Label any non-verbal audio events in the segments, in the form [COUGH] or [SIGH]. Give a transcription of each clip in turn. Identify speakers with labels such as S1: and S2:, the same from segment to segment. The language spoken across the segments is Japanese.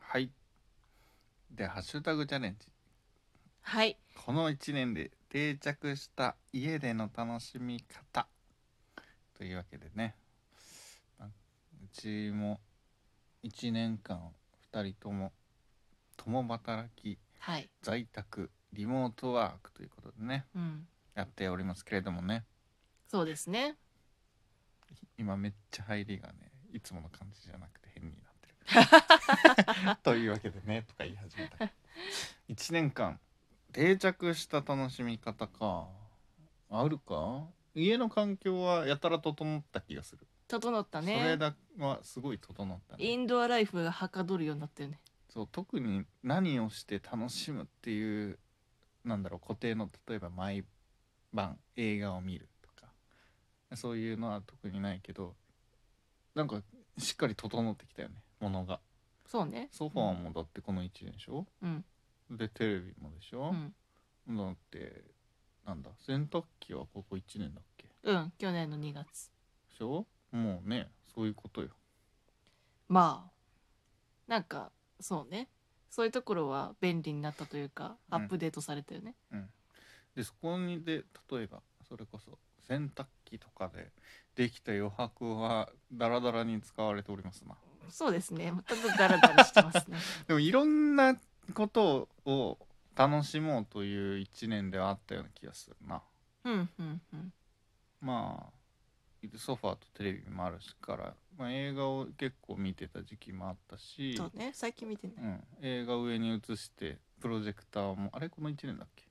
S1: はいで「ハッシュタグチャレンジ
S2: はい」
S1: この1年で定着した家での楽しみ方というわけでねあうちも1年間2人とも共働き
S2: はい
S1: 在宅リモートワークということでね
S2: うん
S1: やっておりますけれどもね
S2: そうですね
S1: 今めっちゃ入りがねいつもの感じじゃなくて変になってるというわけでねとか言い始めた1年間定着した楽しみ方かあるか家の環境はやたら整った気がする、
S2: 整ったね
S1: それだはすごい整ったね
S2: インドアライフがはかどるようになったよね
S1: そう特に何をして楽しむっていうなんだろう固定の例えば毎晩映画を見るとかそういうのは特にないけどなんかしっかり整ってきたよねものが
S2: そうね
S1: ソファーもだってこの1年でしょ、
S2: うん
S1: でテレビもでし
S2: う
S1: ょ、
S2: ん、
S1: だってなんだ洗濯機はここ1年だっけ
S2: うん、去年の2月
S1: でしょもうねそういうことよ
S2: まあなんかそうねそういうところは便利になったというか、
S1: うん
S2: アップデートされたよね
S1: でそこにで例えばそれこそ洗濯機とかでできた余白はダラダラに使われておりますな
S2: そうですねまたダラダラしてます
S1: [LAUGHS]
S2: ね
S1: でもいろんなことを楽しもうという一年ではあったような気がするな
S2: うんうんうん
S1: まあソファーとテレビもあるしから、まあ、映画を結構見てた時期もあったし
S2: そうね最近見てな
S1: う
S2: い、
S1: ん、映画上に映してプロジェクターもあれこの1年だっけ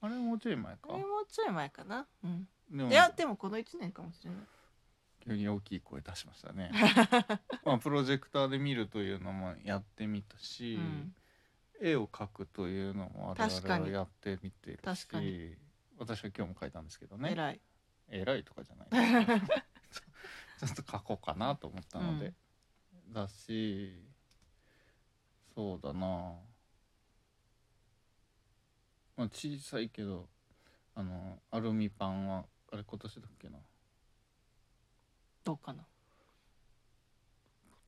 S1: あれもうちょい前か
S2: あれもうちょい前かな、うん、
S1: でも
S2: いやでもこの1年かもしれない
S1: 急に大きい声出しました
S2: [LAUGHS]
S1: ねまあプロジェクターで見るというのもやってみたし、
S2: うん
S1: 絵を描くというのも我
S2: 確か
S1: 々は
S2: に
S1: やってみてるし
S2: 確かに
S1: 私は今日も描いたんですけどね
S2: 偉い
S1: 偉いとかじゃ
S2: [LAUGHS]
S1: ないちょっと描こうかなと思ったので、だしそうだなまあ小さいけどあのアルミパンはあれ今年だっけな
S2: どうかな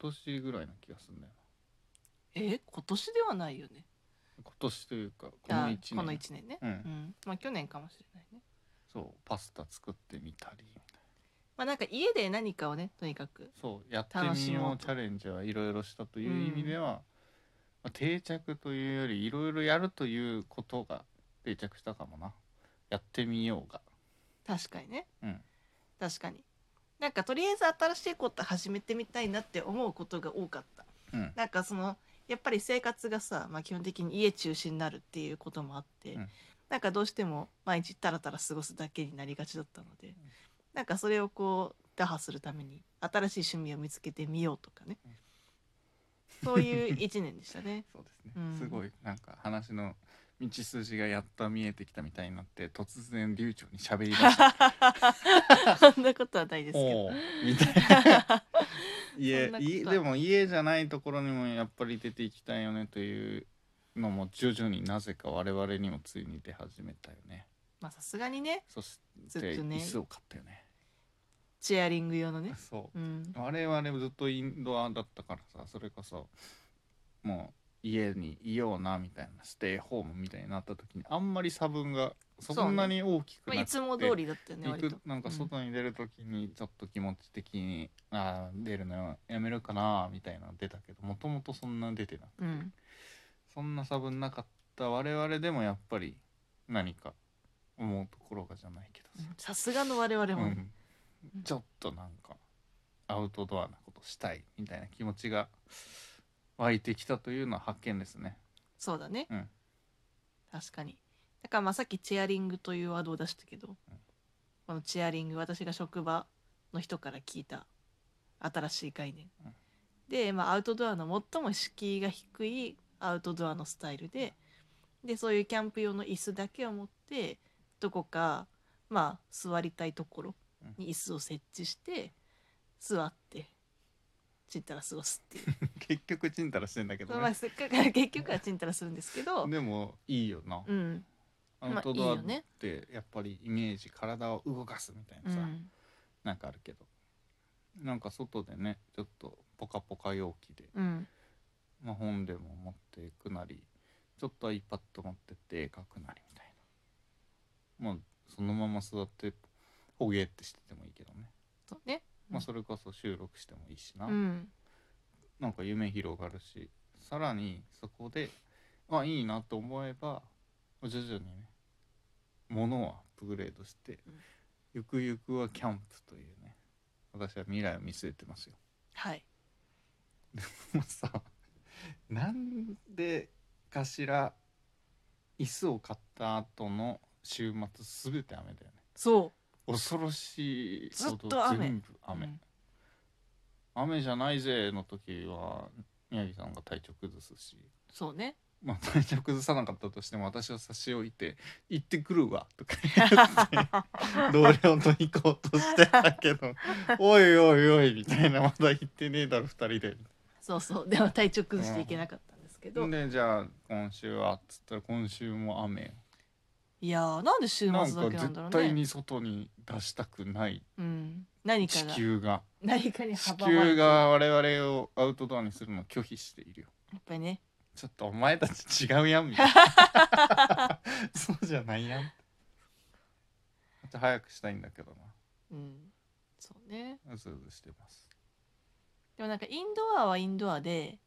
S1: 今年ぐらいな気がするんだよな
S2: え今年ではないよね
S1: 今年というかこ
S2: あ
S1: の一年
S2: この1年ね
S1: うん
S2: うん、まあ去年かもしれないね
S1: そうパスタ作ってみたり
S2: まあなんか家で何かをねとにかく
S1: そうやって
S2: 楽
S1: み
S2: し
S1: よ
S2: も
S1: う
S2: う
S1: チ
S2: と
S1: ャレンジはいろいろしたという意味では、まあ定着というよりいろいろやるということが定着したかもなやってみようが
S2: 確かにね
S1: うん
S2: 確かになんかとりあえず新しいこと始めてみたいなって思うことが多かった
S1: うん
S2: なんかそのやっぱり生活がさ、まあ、基本的に家中心になるっていうこともあって、
S1: うん
S2: なんかどうしても毎日タラタラ過ごすだけになりがちだったのでなんかそれをこう打破するために新しい趣味を見つけてみようとかねそういう一年でし
S1: [LAUGHS]
S2: たね
S1: そうですね、
S2: うん
S1: すごいなんか話の道筋がやっと見えてきたみたいになって突然流暢に喋り出した
S2: そんなことは [LAUGHS] ないですけど
S1: おうみた
S2: [LAUGHS]
S1: いな
S2: そ
S1: 家
S2: んなこと
S1: 家でも家じゃないところにもやっぱり出ていきたいよねというのも徐々になぜか我々にもついに出始めたよね
S2: まあさすがにね
S1: そし
S2: ず
S1: て
S2: っとね
S1: 椅子を買ったよね
S2: チェアリング用のね、
S1: そ
S2: うん
S1: う、我々ずっとインドアだったからさそれこそもう家にいようなみたいなステイホームみたいになった時にあんまり差分がそんなに大きくなく
S2: ま
S1: て、
S2: あ、いつも通りだったよね
S1: 行
S2: 割と
S1: くなんか外に出る時にちょっと気持ち的に、あー出るのやめるかなみたいなの出たけどもともとそんな出てな
S2: うん、うん
S1: そんな差分なかった我々でもやっぱり何か思うところがじゃないけどさ、
S2: さすがの我々もね、
S1: うんちょっとなんかアウトドアなことしたいみたいな気持ちが湧いてきたというのは発見ですね。
S2: そうだね、
S1: うん
S2: 確かにだからまあさっきチェアリングというワードを出したけど、このチェアリング私が職場の人から聞いた新しい概念、
S1: うん
S2: で、まあ、アウトドアの最も敷居が低いアウトドアのスタイルででそういうキャンプ用の椅子だけを持ってどこかまあ座りたいところに椅子を設置して座ってちんたら過ごすっていう
S1: [LAUGHS] 結局ちんたらしてんだけど
S2: まあ
S1: ね。
S2: せっかく結局はちんたらするんですけど、
S1: でもいいよな。
S2: うん
S1: ア
S2: まあ
S1: ウトドア
S2: いい
S1: っ
S2: よね
S1: てやっぱりイメージ体を動かすみたいなさ、
S2: うん
S1: なんかあるけどなんか外でねちょっとポカポカ陽気で
S2: うん
S1: まあ、本でも持っていくなりちょっと iPad 持ってって絵描くなりみたいなまあそのまま座ってほげってしててもいいけどね、
S2: そうね
S1: まあ、
S2: うん
S1: それこそ収録してもいいしな、
S2: うん
S1: なんか夢広がるしさらにそこであいいなと思えば徐々にねものをアップグレードして、
S2: うん
S1: ゆくゆくはキャンプというね私は未来を見据えてますよ。 [LAUGHS]
S2: はい
S1: もうさなんでかしら椅子を買った後の週末すべて雨だよね
S2: そ
S1: 恐ろしいほど
S2: ずっと雨
S1: 全部
S2: う
S1: 雨、
S2: うん
S1: 雨じゃないぜの時は宮城さんが体調崩すし
S2: そう [LAUGHS] ね
S1: まあ [LAUGHS] 体調崩さなかったとしても私を差し置いて「行ってくるわ」とか
S2: [LAUGHS]
S1: 言って同僚と行こうとしてたけど「おいおいおい」みたいな「まだ行ってねえだろ二人で」
S2: そうそうでも体調崩していけなかったんですけど、
S1: でじゃあ今週はっつったら今週も雨よ
S2: いやーなんで週末
S1: な
S2: だ
S1: んか
S2: けなんだろ
S1: 絶
S2: うね
S1: 対に外に出したくない
S2: うん、何か
S1: 地
S2: が
S1: 球が
S2: [LAUGHS] 何かに
S1: 地
S2: 阻まれて
S1: 球
S2: る
S1: が我々をアウトドアにするのを拒否しているよ
S2: やっぱりね
S1: ちょっとお前たち違うやんみたい [LAUGHS] なそうじゃないやんもっと早くしたいんだけど
S2: うんそうね
S1: なうずうずしてます
S2: でもなんかインドアはインドアで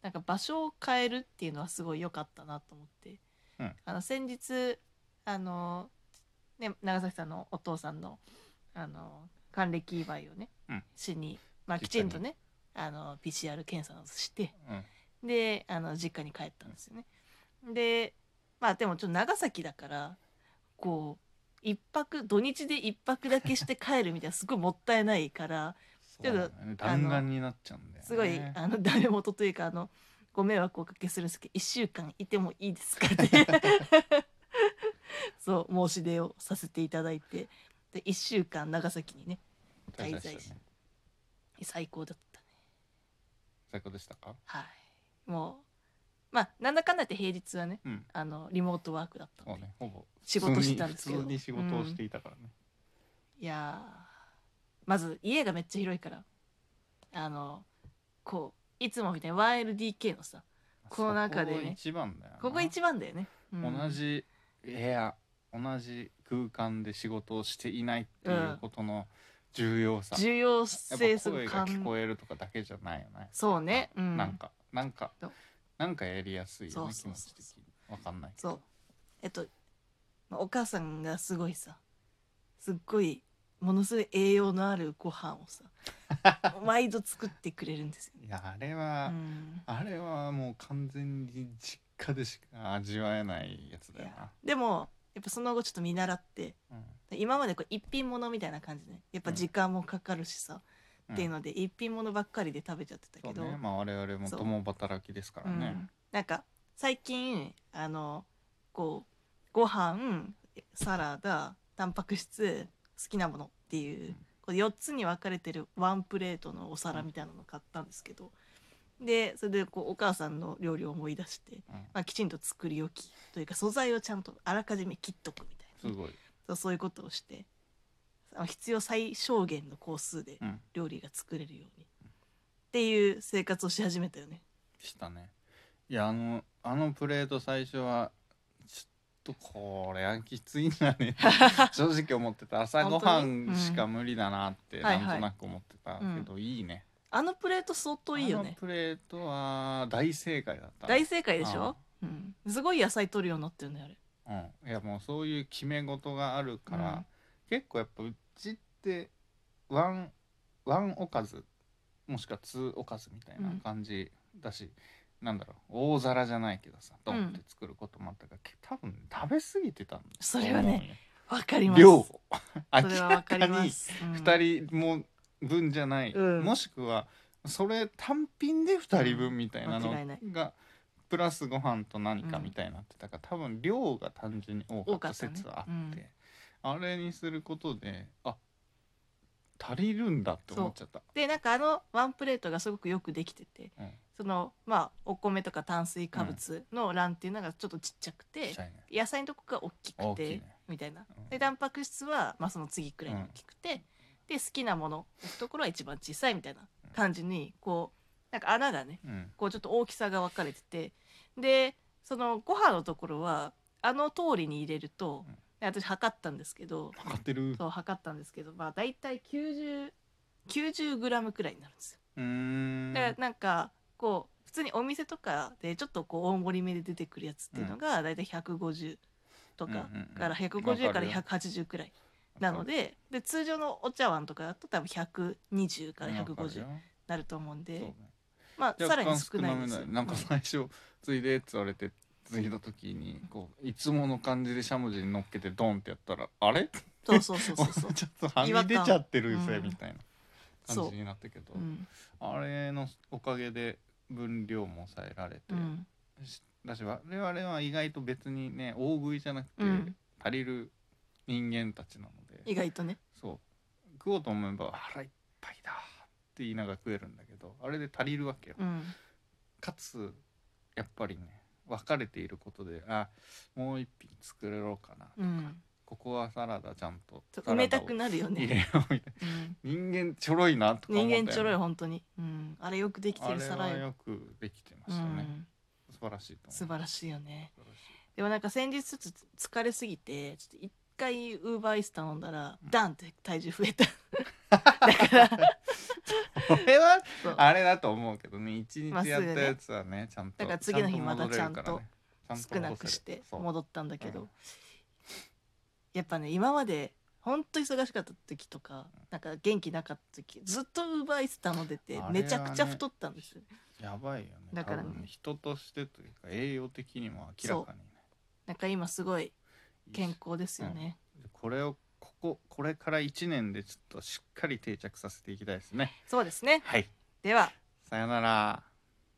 S2: なんか場所を変えるっていうのはすごい良かったなと思って、
S1: うん
S2: あの先日あの、ね、長崎さんのお父さんのあの還暦祝いをね、
S1: うん
S2: しに、まあ、き
S1: 実家
S2: ち
S1: に
S2: んとねあの PCR 検査をして
S1: うん
S2: であの実家に帰ったんですよね。でまあでもちょっと長崎だからこう一泊土日で一泊だけして帰るみたいなすごいもったいないから。
S1: そうなんだよね弾丸になっちゃうんだよね
S2: すごいあの [LAUGHS] ダメ元というかあのご迷惑をおかけするんですけど1週間いてもいいですかって
S1: [LAUGHS]
S2: そう申し出をさせていただいてで1週間長崎にね
S1: 滞在し
S2: 滞在
S1: たね
S2: 最高だったね
S1: 最高でしたか
S2: はいもうまあなんだかんだ言って平日はね
S1: うん
S2: あのリモートワークだった
S1: そ
S2: の
S1: う
S2: で、
S1: ねほぼ
S2: 仕事してたんですけど
S1: 普通に仕事をしていたからね、
S2: いやーまず家がめっちゃ広いからあのこういつもみたいに 1LDK のさこの中でね
S1: そこ一番だよな
S2: ここ一番だよね、うん
S1: 同じ部屋同じ空間で仕事をしていないっていうことの重要さ、
S2: 重要性
S1: やっ
S2: す
S1: ぱ
S2: ごい
S1: 声が聞
S2: 感
S1: こえるとかだけじゃないよね
S2: そうねうん
S1: なんかなんか
S2: そう
S1: なんかやりやすいよね気
S2: そうそう
S1: 持
S2: そう
S1: ち的にわかんないけ
S2: そ
S1: ど
S2: うえっとまあお母さんがすごいさすっごいものすごい栄養のあるご飯を
S1: [LAUGHS]
S2: さ毎度作ってくれるんですよね。
S1: いやあれ
S2: う
S1: は、
S2: ん、
S1: あれはもう完全に実家でしか味わえないやつ
S2: い
S1: だよ
S2: やでもやっぱその後ちょっと見習って
S1: な、
S2: 今までこう一品物みたいな感じでねやっぱ時間もかかるしさ、
S1: うん
S2: っていうので一品物ばっかりで食べちゃってた
S1: そ
S2: け
S1: う
S2: ど、
S1: ねまあ我々も共働きですから
S2: う
S1: ね
S2: ん、なんか最近あのこうご飯サラダタンパク質好きなものってい
S1: う
S2: う、
S1: ん
S2: こう4つに分かれてるワンプレートのお皿みたいなの買ったんですけど、でそれでこうお母さんの料理を思い出して、
S1: うん
S2: まあ、きちんと作り置きというか素材をちゃんとあらかじめ切っとくみたい
S1: す
S2: な
S1: ごい、
S2: そうそういうことをしてあの必要最小限の工数で
S1: うん、
S2: 料理が作れるように、っていう生活をし始めたよ
S1: [LAUGHS]
S2: ね。
S1: したねいやあのあのプレート最初はちょっとこれはきついんだ
S2: [LAUGHS]
S1: ね正直思ってた朝ごは
S2: 本当
S1: ん
S2: に
S1: しか無理だなって
S2: うん
S1: な
S2: はい
S1: ん
S2: はい
S1: となく思ってたけど、いいね
S2: あのプレート相当いいよ
S1: あの
S2: ね。
S1: プレートは大正解だった
S2: 大正解でしょ、うん、すごい野菜取るようになってるねあれ。
S1: うん、いやもうそういう決め事があるから、
S2: うん
S1: 結構やっぱうちってワンワンおかずもしくはツーおかずみたいな感じだし、なんだろう大皿じゃないけどさドンって作ることもあったから、け多分食べ過ぎてたんだと思うよ
S2: それはねわかります。
S1: 量を
S2: それはわかります。人
S1: 2人も分じゃない、
S2: うん
S1: もしくはそれ単品で2人分みたいなの
S2: 間違いない
S1: がプラスご飯と何かみたいになってたから、多分量が単純に多
S2: 多
S1: か
S2: か
S1: った
S2: ったね
S1: 説はあって、
S2: うん
S1: あれにすることであ足りるんだって思っちゃった。
S2: でなんかあのワンプレートがすごくよくできてて
S1: うん
S2: そのまあお米とか炭水化物の欄っていうのがちょっとちっちゃくて
S1: し、たいね
S2: 野菜のとこが大きく
S1: 大
S2: て
S1: きいね
S2: みたいな。
S1: うん
S2: でタンパク質は、まあ、その次くらいに大きくて、で好きなもののところは一番小さいみたいな感じにこうなんか穴がね
S1: うん
S2: こうちょっと大きさが分かれててでそのご飯のところはあの通りに入れると
S1: うん、
S2: で私測ったんですけど
S1: 分かってるう
S2: そう測ったんですけどまあ大体 90, 90グラムくらいになるんですよ。
S1: ーん
S2: だからなんかこう普通にお店とかでちょっとこう大盛り目で出てくるやつっていうのが大体150とか
S1: うんうんうん
S2: から150から
S1: わ
S2: 180くらいなのでで通常のお茶碗とかだと多分120から
S1: わかる
S2: 150
S1: よ
S2: なると思うん
S1: そう
S2: で
S1: ね
S2: まあさ
S1: 若
S2: らに
S1: 干
S2: 少
S1: 少
S2: な
S1: ないめ
S2: です
S1: ないなんか最初「ついで」って言われてついだ時にこういつもの感じでしゃもじに乗っけてドンってやったら「あれ?」
S2: そうそうそうそうそ
S1: [LAUGHS]
S2: う
S1: ちょっとはみ出ちゃってるぜみたいな
S2: そう
S1: 感じになったけど、
S2: うん
S1: あれのおかげで分量も抑えられて、
S2: うん
S1: だし我々は意外と別にね大食いじゃなくて
S2: うん
S1: 足りる人間たちなので、
S2: 意外とね
S1: そう食おうと思えば腹いっぱいだって言いながら食えるんだけどあれで足りるわけよ。
S2: うん
S1: かつやっぱりね分かれていることであもう一品作ろうかな、
S2: うん
S1: ここはサラダちゃんと
S2: ちょっと埋めたく
S1: サラ
S2: なるよ
S1: ダを入
S2: ね
S1: れようみたいな。
S2: うん
S1: 人間ちょろいなとか思ったよ
S2: [LAUGHS] 人
S1: ね
S2: 間ちょろい本当にうんあれよくできて
S1: あれ
S2: る皿
S1: は
S2: よ
S1: よくできてま
S2: う
S1: したね、
S2: ん
S1: 素晴らしいと思う
S2: 素晴らしいよね
S1: 素晴らしい
S2: でもなんか先日ちょっと疲れすぎてちょっと一回ウーバーイース頼んだら、
S1: うん
S2: ダンって体重増えただから
S1: これは
S2: そう
S1: あれだと思うけどね一
S2: まあ
S1: 日
S2: すぐ
S1: やっ
S2: ね
S1: たやつはねちゃんと
S2: だから次の日
S1: ちゃんと戻れる
S2: また
S1: か
S2: ちゃ
S1: ら
S2: ん
S1: ねちゃんと
S2: 少なくして
S1: そう
S2: 戻ったんだけど、
S1: うん
S2: やっぱね今まで本当忙しかった時とかなんか元気なかった時ずっとウーバーイース頼んでて
S1: あれはね
S2: めちゃくちゃ太ったんですよ、
S1: やばいよね
S2: だからね
S1: 多分人としてというか栄養的にも明らかにね
S2: なんか今すごい
S1: いいし
S2: 健康ですよね、
S1: これをこここれから1年でちょっとしっかり定着させていきたいですね
S2: そうですね
S1: はい
S2: では
S1: さよなら